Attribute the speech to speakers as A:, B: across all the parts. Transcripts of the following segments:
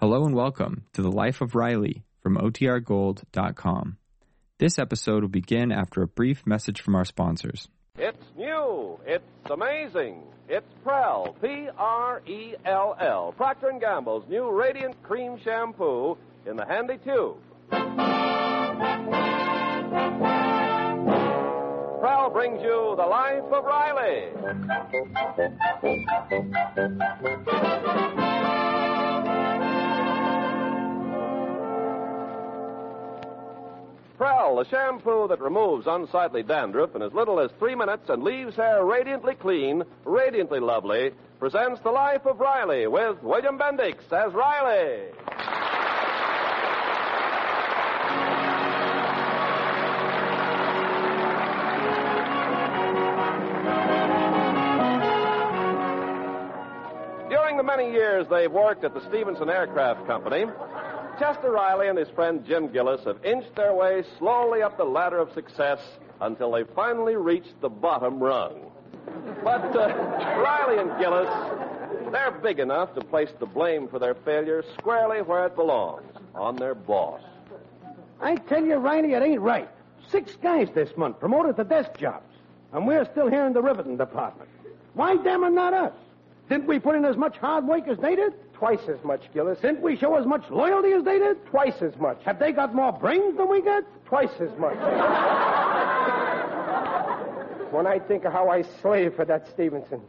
A: Hello and welcome to The Life of Riley from OTRGold.com. This episode will begin after a brief message from our sponsors.
B: It's new. It's amazing. It's Prell, P-R-E-L-L, E Procter & Gamble's new Radiant Cream Shampoo in the handy tube. Prell brings you the life of Riley. Prell, the shampoo that removes unsightly dandruff in as little as three minutes and leaves hair radiantly clean, radiantly lovely, presents The Life of Riley with William Bendix as Riley. During the many years they've worked at the Stevenson Aircraft Company, Chester Riley and his friend Jim Gillis have inched their way slowly up the ladder of success until they finally reached the bottom rung. But uh, Riley and Gillis, they're big enough to place the blame for their failure squarely where it belongs on their boss.
C: I tell you, Riley, it ain't right. Six guys this month promoted to desk jobs, and we're still here in the riveting department. Why them and not us? Didn't we put in as much hard work as they did? Twice as much, Gillis. Didn't we show as much loyalty as they did? Twice as much. Have they got more brains than we got? Twice as much. when I think of how I slave for that Stevenson,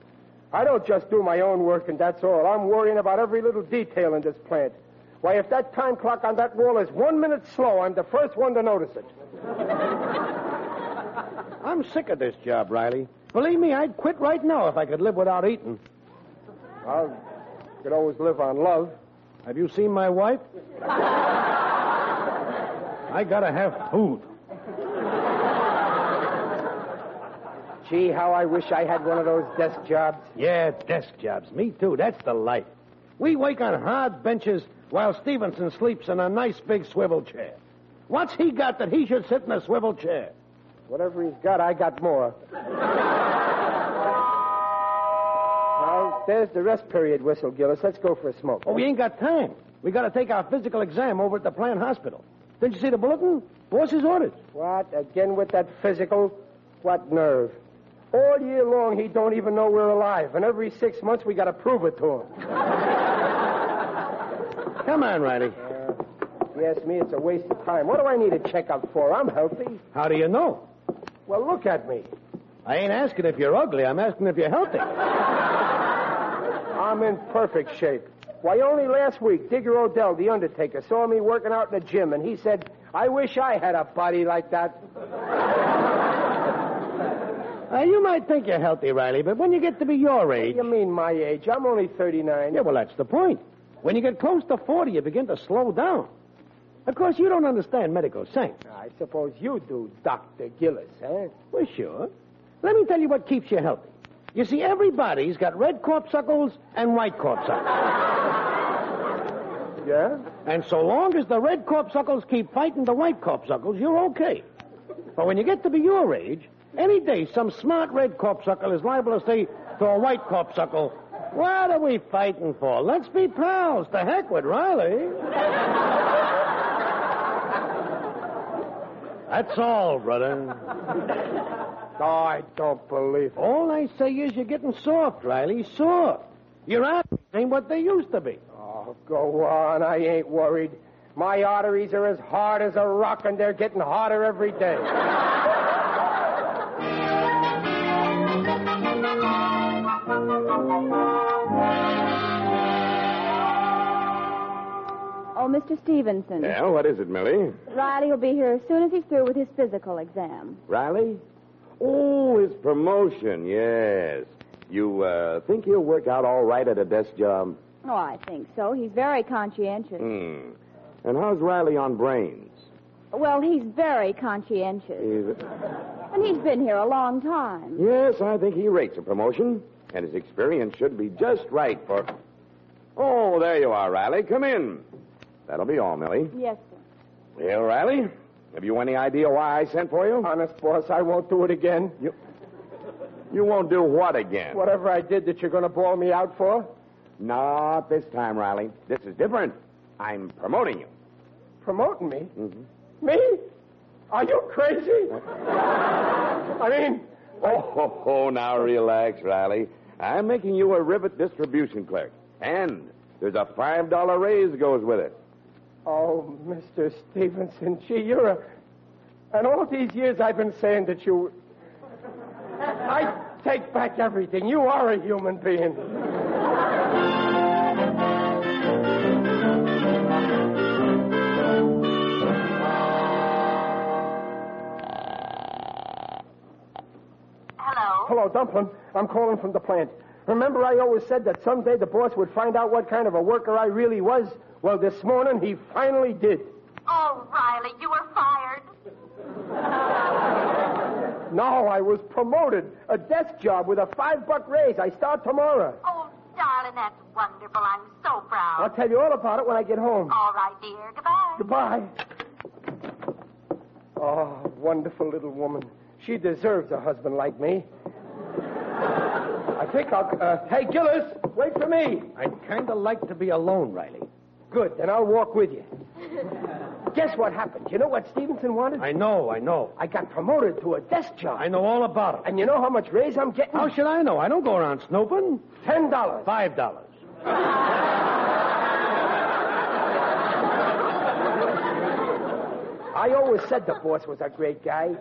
C: I don't just do my own work and that's all. I'm worrying about every little detail in this plant. Why, if that time clock on that wall is one minute slow, I'm the first one to notice it. I'm sick of this job, Riley. Believe me, I'd quit right now if I could live without eating. Well, you could always live on love. Have you seen my wife? I gotta have food. Gee, how I wish I had one of those desk jobs. Yeah, desk jobs. Me too. That's the life. We wake on hard benches while Stevenson sleeps in a nice big swivel chair. What's he got that he should sit in a swivel chair? Whatever he's got, I got more. Now, there's the rest period whistle, Gillis. Let's go for a smoke. Oh, we ain't got time. We gotta take our physical exam over at the plant hospital. Didn't you see the bulletin? Boss's orders. What? Again with that physical? What nerve? All year long, he don't even know we're alive, and every six months we gotta prove it to him. Come on, Riley. If you ask me, it's a waste of time. What do I need a checkup for? I'm healthy. How do you know? Well, look at me. I ain't asking if you're ugly. I'm asking if you're healthy. I'm in perfect shape. Why, only last week, Digger Odell, the undertaker, saw me working out in the gym, and he said, I wish I had a body like that. you might think you're healthy, Riley, but when you get to be your age. you mean my age? I'm only 39. Yeah, well, that's the point. When you get close to 40, you begin to slow down. Of course, you don't understand medical science. I suppose you do, Dr. Gillis, eh? Well, sure. Let me tell you what keeps you healthy. You see, everybody's got red corpuscles and white corpuscles. Yeah? And so long as the red corpuscles keep fighting the white corpuscles, you're okay. But when you get to be your age, any day some smart red corpuscle is liable to say to a white corpuscle, What are we fighting for? Let's be pals. To heck with Riley. That's all, brother. Oh, I don't believe it. All I say is you're getting soft, Riley, soft. Your arteries ain't what they used to be. Oh, go on. I ain't worried. My arteries are as hard as a rock, and they're getting harder every day.
D: Oh, Mr. Stevenson.
E: Well, what is it, Millie?
D: Riley will be here as soon as he's through with his physical exam.
E: Riley? Oh, his promotion, yes. You uh, think he'll work out all right at a desk job?
D: Oh, I think so. He's very conscientious.
E: Hmm. And how's Riley on brains?
D: Well, he's very conscientious.
E: Is-
D: And he's been here a long time.
E: Yes, I think he rates a promotion, and his experience should be just right for. Oh, there you are, Riley. Come in. That'll be all, Millie.
D: Yes, sir.
E: Well, Riley, have you any idea why I sent for you?
C: Honest, boss, I won't do it again.
E: You won't do what again?
C: Whatever I did that you're going to bawl me out for.
E: Not this time, Riley. This is different. I'm promoting you. Mm-hmm.
F: Promoting me? Me? Are you crazy? I mean,
E: Oh, ho, ho, now relax, Riley. I'm making you a rivet distribution clerk. And there's a $5 raise goes with it.
F: oh, Mr. Stevenson, gee, you're a. And all these years I've been saying that you. I take back everything. You are a human being.
G: Hello.
F: Hello, Dumplin. I'm calling from the plant. Remember, I always said that someday the boss would find out what kind of a worker I really was? Well, this morning he finally did.
G: Oh, Riley, you were fired.
F: No, I was promoted. A desk job with a five buck raise. I start tomorrow.
G: Oh, darling, that's wonderful. I'm so
F: I'll
G: proud.
F: tell you all about it when I get home.
G: All right, dear. Goodbye.
F: Goodbye. Oh, wonderful little woman. She deserves a husband like me. I think I'll. Uh, hey, Gillis, wait for me.
C: I'd kind of like to be alone, Riley.
F: Good, then I'll walk with you. Guess what happened? You know what Stevenson wanted?
C: I know, I know.
F: I got promoted to a desk job.
C: I know all about it.
F: And you know how much raise I'm getting?
C: How should I know? I don't go around snooping.
F: Ten dollars.
C: Five dollars.
F: I always said the boss was a great guy.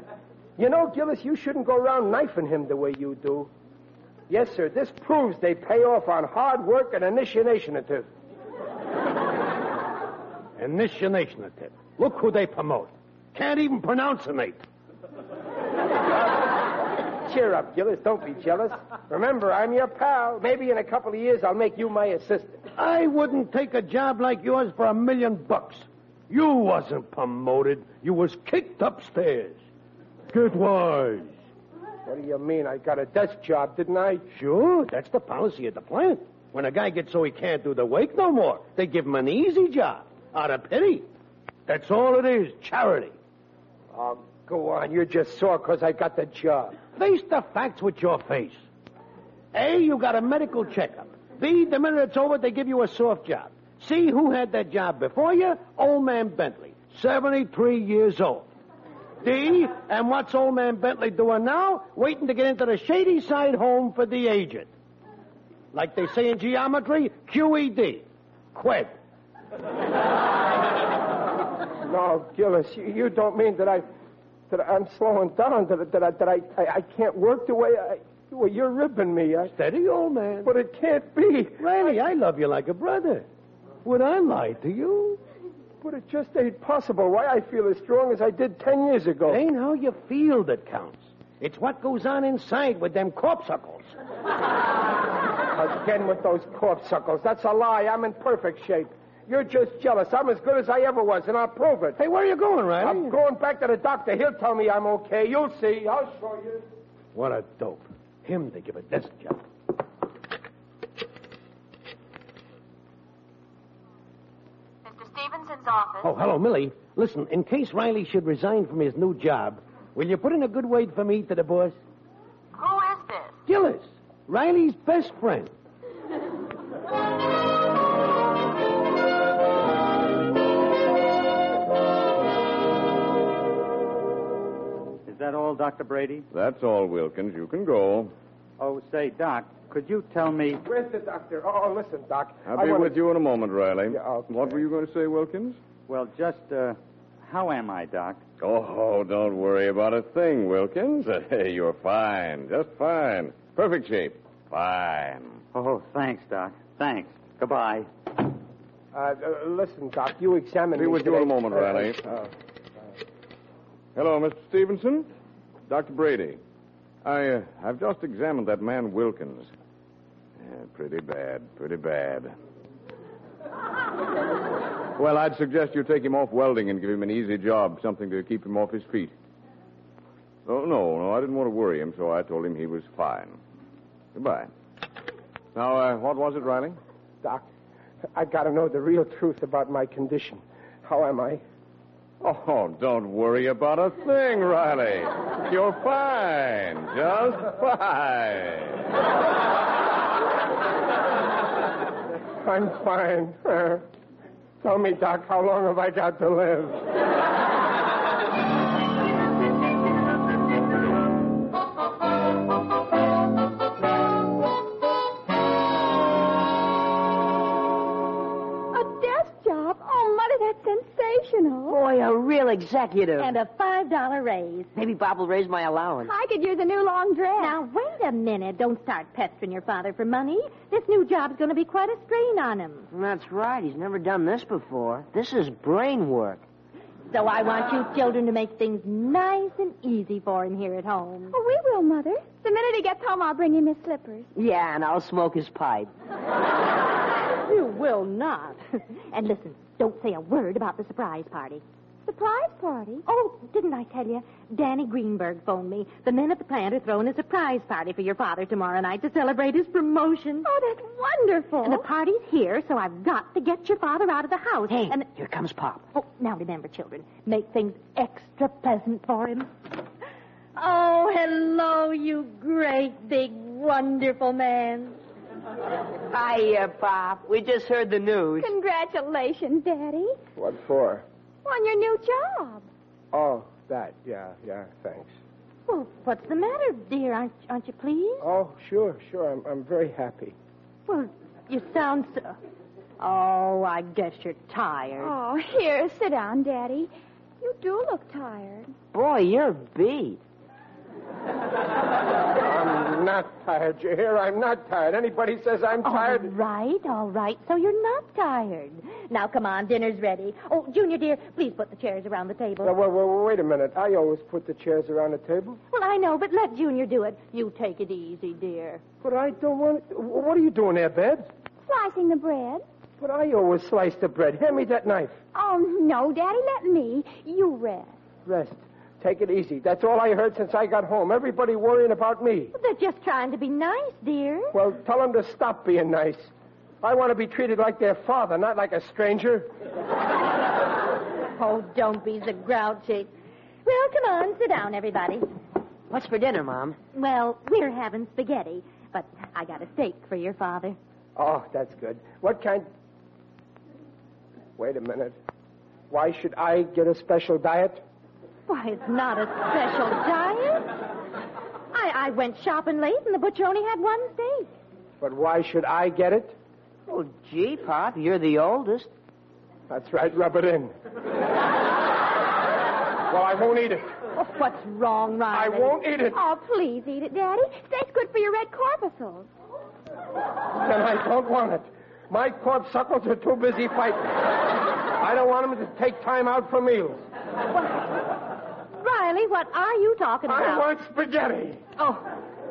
F: You know, Gillis, you shouldn't go around knifing him the way you do. Yes, sir, this proves they pay off on hard work and initiative.
C: Initiationative. Look who they promote. Can't even pronounce an eight.
F: Cheer up, Gillis. Don't be jealous. Remember, I'm your pal. Maybe in a couple of years I'll make you my assistant.
C: I wouldn't take a job like yours for a million bucks. You wasn't promoted. You was kicked upstairs. Get wise.
F: What do you mean? I got a desk job, didn't I?
C: Sure, that's the policy of the plant. When a guy gets so he can't do the wake no more, they give him an easy job out of pity. That's all it is, charity.
F: Oh, go on. You're just sore 'cause I got the job.
C: Face the facts with your face. A, you got a medical checkup. B, the minute it's over, they give you a soft job. C, who had that job before you? Old man Bentley, 73 years old. D, and what's old man Bentley doing now? Waiting to get into the shady side home for the aged. Like they say in geometry, E QED. Quid.
F: No, Gillis, you, you don't mean that I, that I'm slowing down, that, that, I, that I, I, I can't work the way I, well, you're ripping me. I,
C: Steady, old man.
F: but it can't be.
C: Randy, I love you like a brother. Would I lie to you?
F: But it just ain't possible. Why I feel as strong as I did ten years ago.
C: It ain't how you feel that counts. It's what goes on inside with them corpsicles.
F: Again with those corpsicles. That's a lie. I'm in perfect shape. You're just jealous. I'm as good as I ever was, and I'll prove it.
C: Hey, where are you going,
F: I'm
C: Riley?
F: going back to the doctor. He'll tell me I'm okay. You'll see. I'll show you.
C: what a dope. Him to give a desk job.
G: Mr. Stevenson's office.
C: Oh, hello, Millie. Listen, in case Riley should resign from his new job, will you put in a good word for me to the boss?
G: Who is this?
C: Gillis, Riley's best friend.
H: Is that all, Dr. Brady?
E: That's all, Wilkins. You can go.
H: Oh, say, Doc, could you tell me.
F: Where's the doctor? Oh, listen, Doc.
E: I'll
F: I
E: be
F: wanna-
E: with you in a moment, Riley.
F: Yeah, okay.
E: What were you going to say, Wilkins?
H: Well, just, uh, how am I, Doc?
E: Oh, don't worry about a thing, Wilkins. Hey, you're fine. Just fine. Perfect shape. Fine.
H: Oh, thanks, Doc. Thanks. Goodbye.
F: Uh, uh, listen, Doc. You examine
E: Be
F: me
E: with you in a
F: today.
E: moment,
F: Uh,
E: Riley. Hello, Mr. Stevenson. Dr. Brady. I, uh, I've just examined that man Wilkins. Yeah, pretty bad, pretty bad. well, I'd suggest you take him off welding and give him an easy job, something to keep him off his feet. Oh, no, no, I didn't want to worry him, so I told him he was fine. Goodbye. Now, uh, what was it, Riley?
F: Doc, I gotta know the real truth about my condition. How am I?
E: Oh, don't worry about a thing, Riley. You're fine. Just fine.
F: I'm fine. Tell me, Doc, how long have I got to live?
D: A desk job? Oh, Mother, that's sensational.
I: Boy, a real executive.
D: And a $5 raise.
I: Maybe Bob will raise my allowance.
D: I could use a new long dress. Now, wait a minute. Don't start pestering your father for money. This new job's going to be quite a strain on him.
I: That's right. He's never done this before. This is brain work.
D: So I want you children to make things nice and easy for him here at home. Oh, we will, Mother. The minute he gets home, I'll bring him his slippers.
I: Yeah, and I'll smoke his pipe.
D: You will not. and listen, don't say a word about the surprise party. Surprise party? Oh, didn't I tell you? Danny Greenberg phoned me. The men at the plant are throwing a surprise party for your father tomorrow night to celebrate his promotion. Oh, that's wonderful. And the party's here, so I've got to get your father out of the house.
I: Hey,
D: and
I: here comes Pop.
D: Oh, now remember, children, make things extra pleasant for him. Oh, hello, you great, big, wonderful man.
I: Hiya, Pop. We just heard the news.
D: Congratulations, Daddy,
F: What for?
D: on your new job.
F: Oh, that. Yeah, yeah, thanks.
D: Well, what's the matter, dear? Aren't, aren't you pleased?
F: Oh, sure, sure. I'm, I'm very happy.
D: Well, you sound so. Oh, I guess you're tired.
J: Oh, here, sit down, Daddy. You do look tired.
I: Boy, you're beat.
F: I'm not tired, you hear? I'm not tired. Anybody says I'm
D: All
F: tired?
D: right, all right. So you're not tired. Now, come on, dinner's ready. Oh, Junior, dear, please put the chairs around the table.
F: Now, wait, wait, wait a minute. I always put the chairs around the table.
D: Well, I know, but let Junior do it. You take it easy, dear.
F: But I don't want to. What are you doing there, Babs?
J: Slicing the bread.
F: But I always slice the bread. Hand me that knife.
J: Oh, no, Daddy, let me. You rest.
F: Rest. Take it easy. That's all I heard since I got home. Everybody worrying about me.
D: They're just trying to be nice, dear.
F: Well, tell them to stop being nice. I want to be treated like their father, not like a stranger.
D: Oh, don't be so grouchy. Well, come on, sit down, everybody.
I: What's for dinner, Mom?
D: Well, we're having spaghetti, but I got a steak for your father.
F: Oh, that's good. What kind. Wait a minute. Why should I get a special diet?
D: Why, it's not a special diet. I, I went shopping late, and the butcher only had one steak.
F: But why should I get it?
I: Oh, gee, Pop, you're the oldest.
F: That's right, rub it in. well, I won't eat it.
D: Oh, what's wrong,
F: I
D: Riley?
F: won't eat it.
J: Oh, please eat it, Daddy. Steak's good for your red corpuscles.
F: Then I don't want it. My corpsecles are too busy fighting. I don't want them to take time out for meals.
D: Riley, what are you talking
F: I
D: about?
F: want spaghetti.
D: Oh,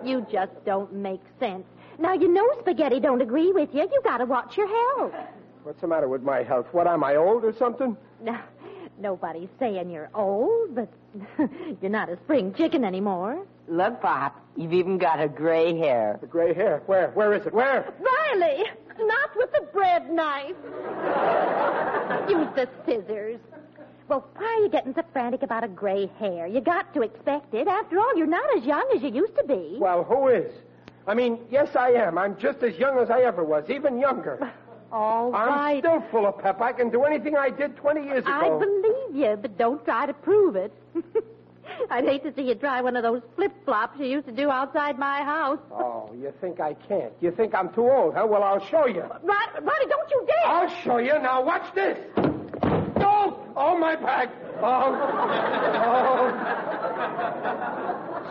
D: you just don't make sense. Now you know spaghetti don't agree with you. You got to watch your health.
F: What's the matter with my health? What am I old or something?
D: Now, nobody's saying you're old, but you're not a spring chicken anymore.
I: Look, Pop, you've even got a gray hair.
F: The gray hair. Where? Where is it? Where?
D: Riley, not with the bread knife. Use the scissors. Well, why are you getting so frantic about a gray hair? You got to expect it. After all, you're not as young as you used to be.
F: Well, who is? I mean, yes, I am. I'm just as young as I ever was, even younger.
D: All
F: I'm
D: right.
F: still full of pep. I can do anything I did 20 years
D: I
F: ago.
D: believe you, but don't try to prove it. I'd hate to see you try one of those flip flops you used to do outside my house.
F: Oh, you think I can't? You think I'm too old, huh? Well, I'll show
D: Ri-
F: you.
D: Riley, don't you dare!
F: I'll show you. Now watch this. Oh, oh my back. Oh,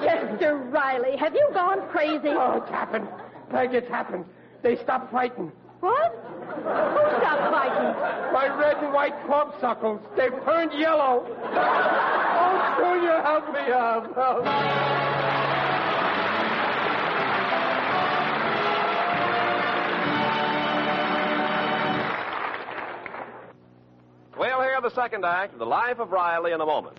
D: Chester Riley, have you gone crazy?
F: oh, oh, it's happened. Peg, it's happened. They stopped fighting.
D: What? Who stopped fighting?
F: My red and white corpuscles, they've turned yellow. oh, Junior, help me out. Help.
B: We'll hear the second act of The Life of Riley in a moment.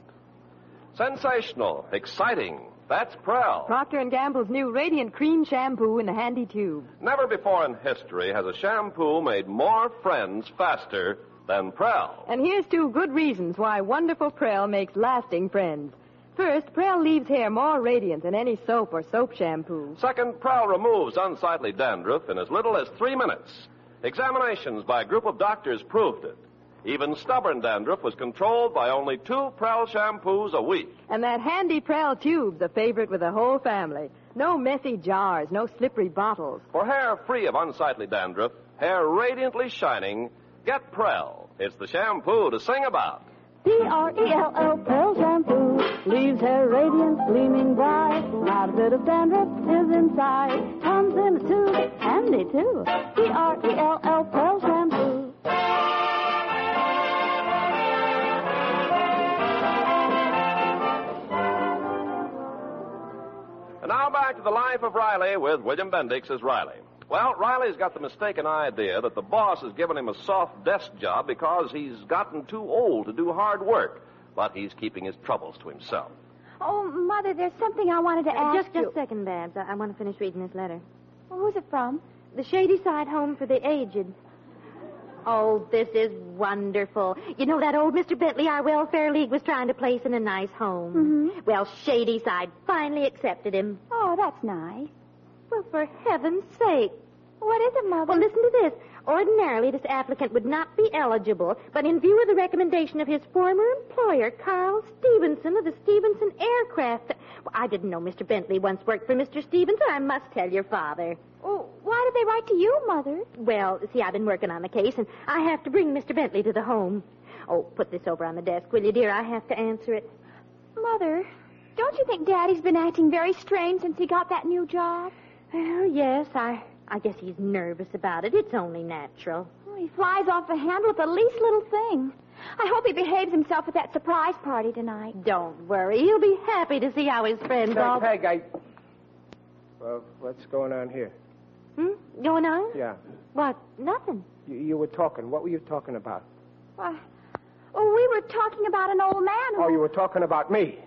B: Sensational, exciting. That's Prell.
K: Procter & Gamble's new Radiant Cream Shampoo in a handy tube.
B: Never before in history has a shampoo made more friends faster than Prell.
K: And here's two good reasons why wonderful Prel makes lasting friends. First, Prel leaves hair more radiant than any soap or soap shampoo.
B: Second, Prell removes unsightly dandruff in as little as three minutes. Examinations by a group of doctors proved it. Even stubborn dandruff was controlled by only two Prel shampoos a week.
K: And that handy Prel tube's a favorite with the whole family. No messy jars, no slippery bottles.
B: For hair free of unsightly dandruff, hair radiantly shining, get Prel. It's the shampoo to sing about.
L: P-R-E-L-L, Pearl Shampoo. Leaves hair radiant, gleaming bright. Not a bit of dandruff is inside. Comes in a tube, handy too. E P-R-E-L-L, Pearl Shampoo.
B: And now back to the life of Riley with William Bendix as Riley. Well, Riley's got the mistaken idea that the boss has given him a soft desk job because he's gotten too old to do hard work, but he's keeping his troubles to himself.
J: Oh, Mother, there's something I wanted to ask
D: Uh, just
J: you.
D: just a second, Babs. I, I want to finish reading this letter.
J: Well, who's it from?
D: The Shady Side Home for the Aged. Oh, this is wonderful. You know that old Mr. Bentley our Welfare League was trying to place in a nice home.
J: Mhm.
D: Well, Shady Side finally accepted him.
J: Oh, that's nice.
D: Well, for heaven's sake.
J: What is it, Mother?
D: Well, listen to this. Ordinarily, this applicant would not be eligible, but in view of the recommendation of his former employer, Carl Stevenson of the Stevenson Aircraft. Well, I didn't know Mr. Bentley once worked for Mr. Stevenson. I must tell your father.
J: Oh, why did they write to you, Mother?
D: Well, see, I've been working on the case, and I have to bring Mr. Bentley to the home. Oh, put this over on the desk, will you, dear? I have to answer it.
J: Mother, don't you think Daddy's been acting very strange since he got that new job?
D: Well, yes, I, I guess he's nervous about it. It's only natural.
J: Oh, he flies off the handle at the least little thing. I hope he behaves himself at that surprise party tonight.
D: Don't worry. He'll be happy to see how his friends all.
F: Peg, I. Well, what's going on here?
D: Hmm? Going on?
F: Yeah.
D: What? Nothing.
F: You, you were talking. What were you talking about?
J: Why? Oh, we were talking about an old man who.
F: Oh, you were talking about me.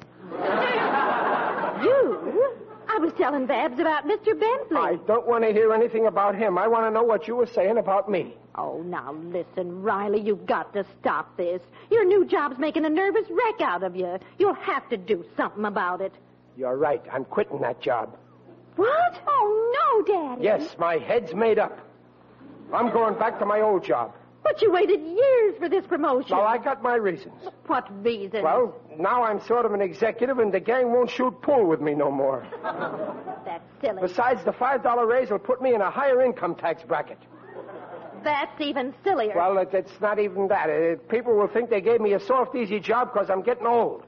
D: You? I was telling Babs about Mr. Bentley.
F: I don't want to hear anything about him. I want to know what you were saying about me.
D: Oh, now listen, Riley, you've got to stop this. Your new job's making a nervous wreck out of you. You'll have to do something about it.
F: You're right. I'm quitting that job.
J: What? Oh, no, Daddy.
F: Yes, my head's made up. I'm going back to my old job.
D: But you waited years for this promotion.
F: Now, I got my reasons.
D: What reason?
F: Well, now I'm sort of an executive, and the gang won't shoot pool with me no more.
D: that's silly.
F: Besides, the $5 raise will put me in a higher income tax bracket.
D: That's even sillier.
F: Well, it, it's not even that. It, people will think they gave me a soft, easy job because I'm getting old.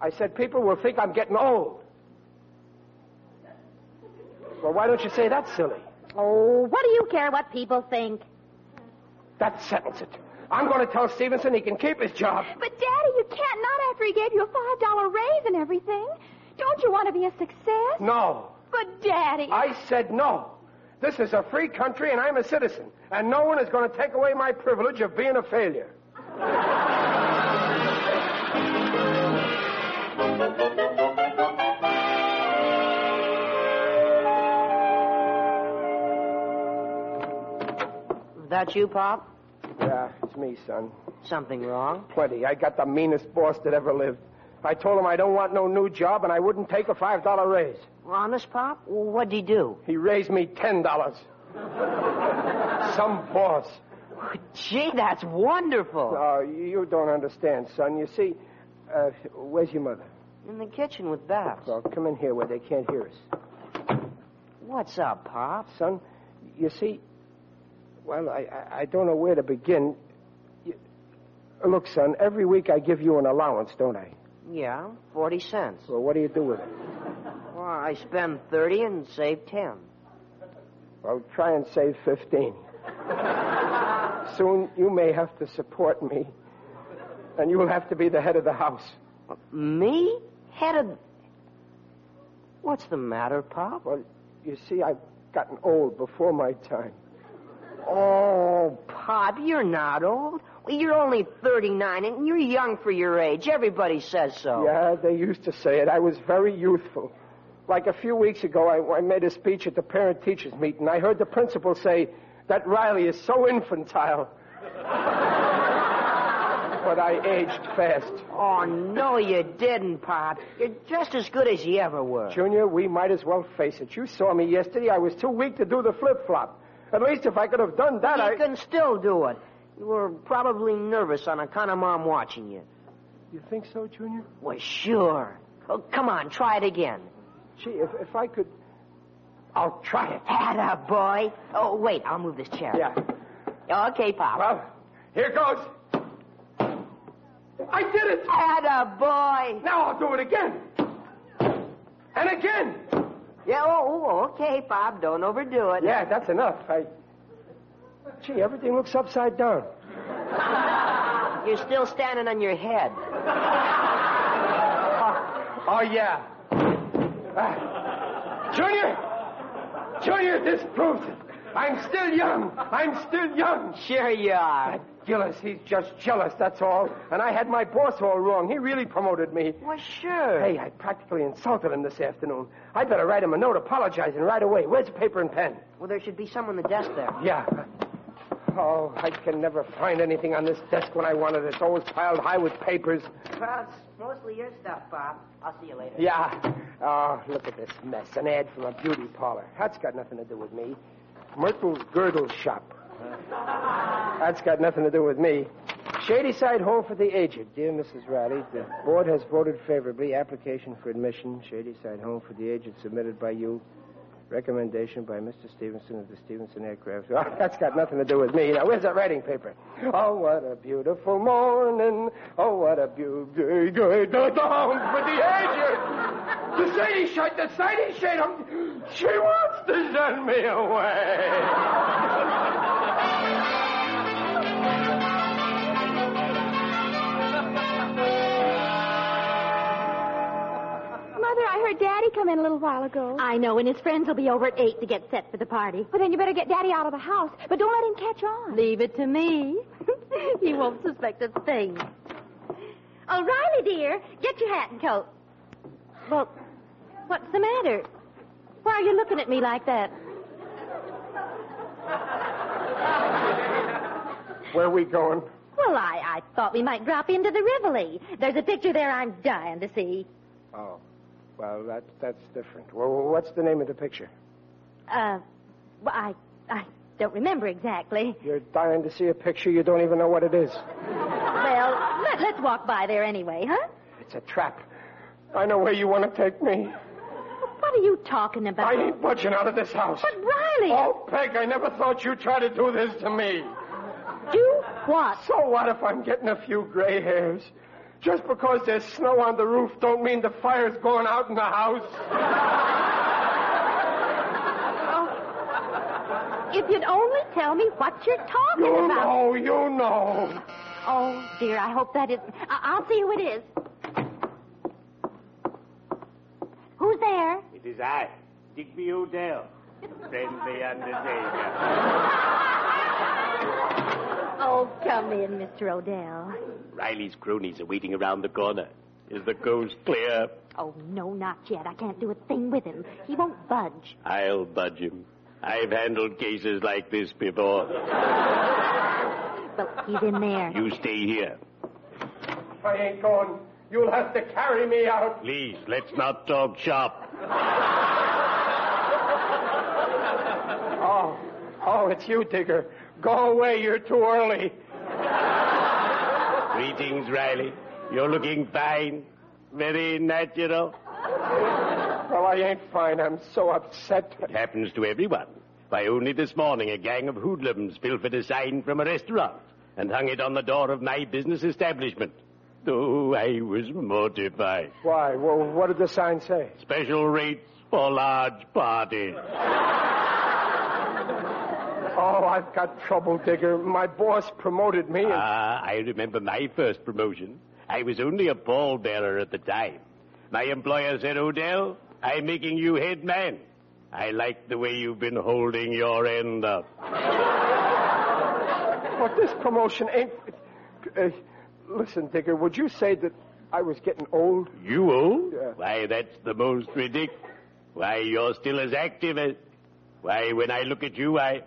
F: I said people will think I'm getting old. Well, why don't you say that's silly?
D: oh, what do you care what people think?
F: That settles it. I'm going to tell Stevenson he can keep his job.
J: But, Daddy, you can't not after he gave you a $5 raise and everything. Don't you want to be a success?
F: No.
J: But, Daddy.
F: I said no. This is a free country, and I'm a citizen. And no one is going to take away my privilege of being a failure.
I: That you, Pop?
F: Yeah, it's me, son.
I: Something wrong?
F: Plenty. I got the meanest boss that ever lived. I told him I don't want no new job, and I wouldn't take a $5 raise.
I: Honest, Pop? What'd he do?
F: He raised me $10. Some boss.
I: Gee, that's wonderful.
F: Oh, you don't understand, son. You see, uh, where's your mother?
I: In the kitchen with Babs.
F: Well, come in here where they can't hear us.
I: What's up, Pop?
F: Son, you see, well, I, I, I don't know where to begin. You, look, son, every week I give you an allowance, don't I?
I: Yeah, 40 cents.
F: Well, what do you do with it?
I: Well, I spend 30 and save 10.
F: Well, try and save 15. Soon you may have to support me, and you'll have to be the head of the house.
I: Me? Head of. What's the matter, Pop?
F: Well, you see, I've gotten old before my time.
I: Oh, Pop, you're not old. You're only 39 and you're young for your age. Everybody says so.
F: Yeah, they used to say it. I was very youthful. Like a few weeks ago, I, I made a speech at the parent teachers meeting. I heard the principal say that Riley is so infantile. but I aged fast.
I: Oh, no, you didn't, Pop. You're just as good as you ever were.
F: Junior, we might as well face it. You saw me yesterday. I was too weak to do the flip flop. At least if I could have done that,
I: you
F: I.
I: can still do it. You were probably nervous on account of Mom watching you.
F: You think so, Junior?
I: Well, sure. Oh, come on, try it again.
F: Gee, if, if I could.
I: I'll try it. Atta boy. Oh, wait, I'll move this chair. Yeah. Okay, Pop.
F: Well, here goes. I did it!
I: Atta boy.
F: Now I'll do it again. And again.
I: Yeah, oh, oh, okay, Pop. Don't overdo it.
F: Yeah, that's enough. I. Gee, everything looks upside down.
I: You're still standing on your head.
F: Oh, yeah. Ah. Junior! Junior, this proves it. I'm still young. I'm still young.
I: Sure you are.
F: That Gillis, he's just jealous, that's all. And I had my boss all wrong. He really promoted me.
I: Well, sure.
F: Hey, I practically insulted him this afternoon. I better write him a note apologizing right away. Where's paper and pen?
I: Well, there should be some on the desk there.
F: Yeah. Oh, I can never find anything on this desk when I want it. It's always piled high with papers.
I: Well, it's mostly your stuff, Bob. I'll see you later.
F: Yeah. Oh, look at this mess. An ad from a beauty parlor. That's got nothing to do with me. Myrtle's Girdle Shop. That's got nothing to do with me. Shady Side Home for the Aged. Dear Mrs. Riley, the board has voted favorably. Application for admission, Shady Side Home for the Aged, submitted by you. Recommendation by Mr. Stevenson of the Stevenson Aircraft. Oh, that's got nothing to do with me. Now, where's that writing paper? Oh, what a beautiful morning. Oh, what a beautiful good home for the aged. The Sadie shade, the Sadie shade. I'm, she wants to send me away.
J: Mother, I heard Daddy come in a little while ago.
D: I know, and his friends will be over at 8 to get set for the party.
J: Well, then you better get Daddy out of the house, but don't let him catch on.
D: Leave it to me. he won't suspect a thing. Oh, Riley, dear, get your hat and coat. Well, what's the matter? Why are you looking at me like that?
F: Where are we going?
D: Well, I, I thought we might drop into the Rivoli. There's a picture there I'm dying to see.
F: Oh, well, that, that's different. Well, what's the name of the picture?
D: Uh, well, I, I don't remember exactly.
F: You're dying to see a picture. You don't even know what it is.
D: Well, let, let's walk by there anyway, huh?
F: It's a trap. I know where you want to take me.
D: What are you talking about?
F: I ain't budging out of this house.
D: But Riley,
F: Oh, Peg, I never thought you'd try to do this to me.
D: do what?
F: So what if I'm getting a few gray hairs? Just because there's snow on the roof don't mean the fire's going out in the house.
D: If you'd only tell me what you're talking
F: You
D: about.
F: know, Oh, you know.
D: Oh dear, I hope that isn't. I- I'll see who it is. Who's there?
M: It is I, Digby Odell, friendly undertaker.
D: Oh, come in, Mr. Odell.
M: Riley's cronies are waiting around the corner. Is the coast clear?
D: Oh no, not yet. I can't do a thing with him. He won't budge.
M: I'll budge him. I've handled cases like this before.
D: Well, he's in there.
M: You stay here.
F: If I ain't going, you'll have to carry me out.
M: Please, let's not talk shop.
F: Oh, oh, it's you, Digger. Go away. You're too early.
M: Greetings, Riley. You're looking fine. Very natural.
F: Well, I ain't fine. I'm so upset.
M: It happens to everyone. Why, only this morning a gang of hoodlums pilfered a sign from a restaurant and hung it on the door of my business establishment. Oh, I was mortified.
F: Why? Well, what did the sign say?
M: Special rates for large parties.
F: Oh, I've got trouble, Digger. My boss promoted me. and-
M: Ah, I remember my first promotion. I was only a pallbearer at the time. My employer said, Odell, I'm making you head man. I like the way you've been holding your end up.
F: Oh. But this promotion ain't. Uh, listen, Digger, would you say that I was getting old?
M: You old? Why, that's the most ridiculous. Why, you're still as active as. Why, when I look at you, I.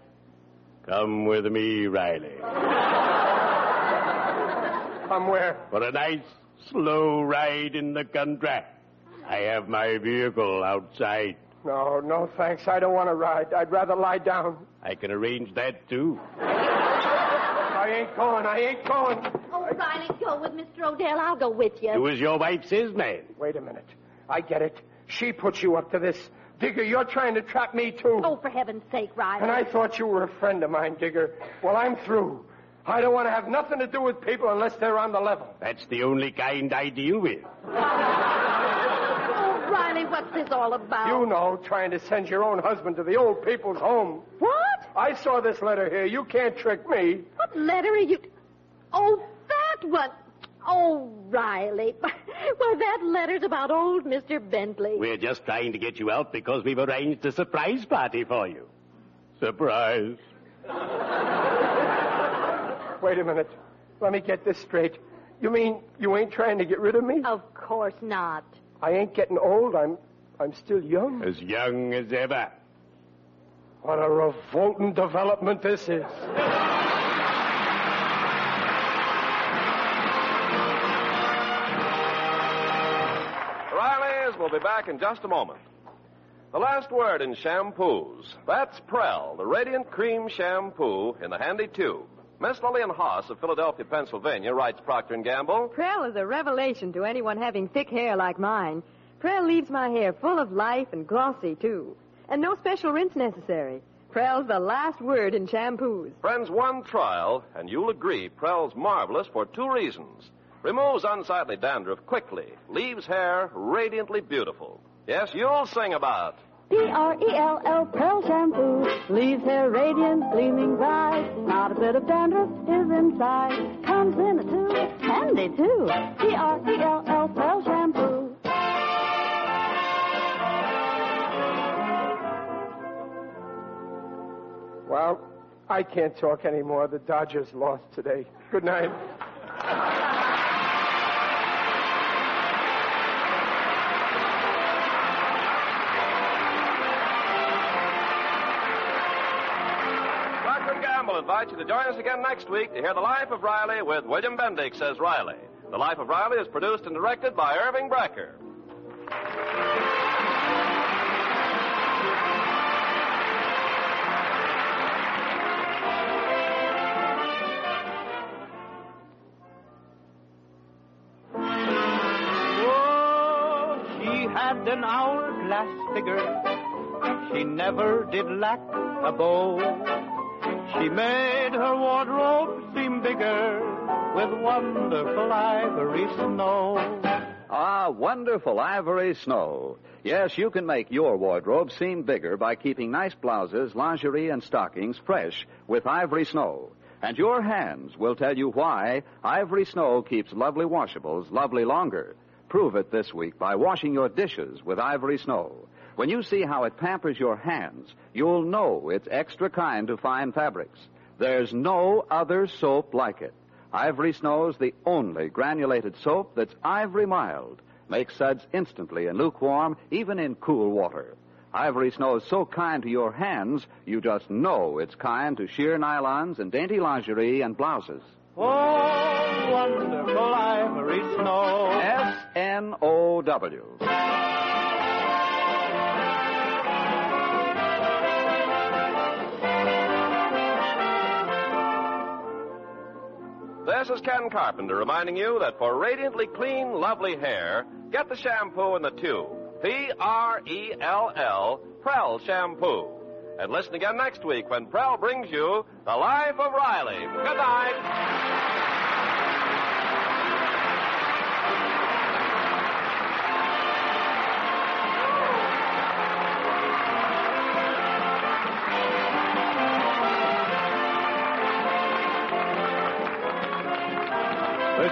M: Come with me, Riley,
F: I'm where?
M: for a nice, slow ride in the country. I have my vehicle outside.
F: No, no, thanks. I don't want to ride. I'd rather lie down.
M: I can arrange that, too.
F: I ain't going. I ain't going.
D: Oh, Riley, go with Mr. Odell. I'll go with you.
M: Do as your wife says, man.
F: Wait a minute. I get it. She put you up to this. Digger, you're trying to trap me, too.
D: Oh, for heaven's sake, Riley.
F: And I thought you were a friend of mine, Digger. Well, I'm through. I don't want to have nothing to do with people unless they're on the level.
M: That's the only kind I deal with.
D: Oh, Riley, what's this all about?
F: You know, trying to send your own husband to the old people's home.
D: What?
F: I saw this letter here. You can't trick me.
D: What letter are you? Oh, that one. Oh, Riley. Why, that letter's about old Mr. Bentley.
M: We're just trying to get you out because we've arranged a surprise party for you. Surprise.
F: Wait a minute. Let me get this straight. You mean you ain't trying to get rid of me?
D: Of course not.
F: I ain't getting old. I'm I'm still young.
M: As young as ever.
F: What a revolting development this is.
B: The Rileys will be back in just a moment. The last word in shampoos. That's Prel, the Radiant Cream Shampoo in the handy tube. Miss Lillian Haas of Philadelphia, Pennsylvania writes Procter & Gamble.
K: Prel is a revelation to anyone having thick hair like mine. Prel leaves my hair full of life and glossy, too. And no special rinse necessary. Prel's the last word in shampoos.
B: Friends, one trial, and you'll agree Prel's marvelous for two reasons. Removes unsightly dandruff quickly, leaves hair radiantly beautiful. Yes, you'll sing about.
L: E P-R-E-L-L, Pearl Shampoo. Leaves hair radiant, gleaming bright. Not a bit of dandruff is inside. Comes in a tube, handy too. E P-R-E-L-L, Pearl Shampoo.
F: Well, I can't talk anymore. The Dodgers lost today. Good night.
B: Procter & Gamble invites you to join us again next week to hear The Life of Riley with William Bendick says Riley. The Life of Riley is produced and directed by Irving Brecker.
N: Oh, she had an hourglass figure. She never did lack a bow. She made her wardrobe seem bigger with wonderful ivory snow.
O: Ah, wonderful ivory snow. Yes, you can make your wardrobe seem bigger by keeping nice blouses, lingerie, and stockings fresh with ivory snow. And your hands will tell you why ivory snow keeps lovely washables lovely longer. Prove it this week by washing your dishes with ivory snow. When you see how it pampers your hands, you'll know it's extra kind to fine fabrics. There's no other soap like it. Ivory Snow's the only granulated soap that's ivory mild. Makes suds instantly and lukewarm, even in cool water. Ivory Snow's so kind to your hands, you just know it's kind to sheer nylons and dainty lingerie and blouses.
N: Oh, wonderful ivory snow.
O: S N O W.
B: This is Ken Carpenter reminding you that for radiantly clean, lovely hair, get the shampoo in the tube. P R E L L, Prel Shampoo. And listen again next week when Prel brings you The Life of Riley. Good night.
E: This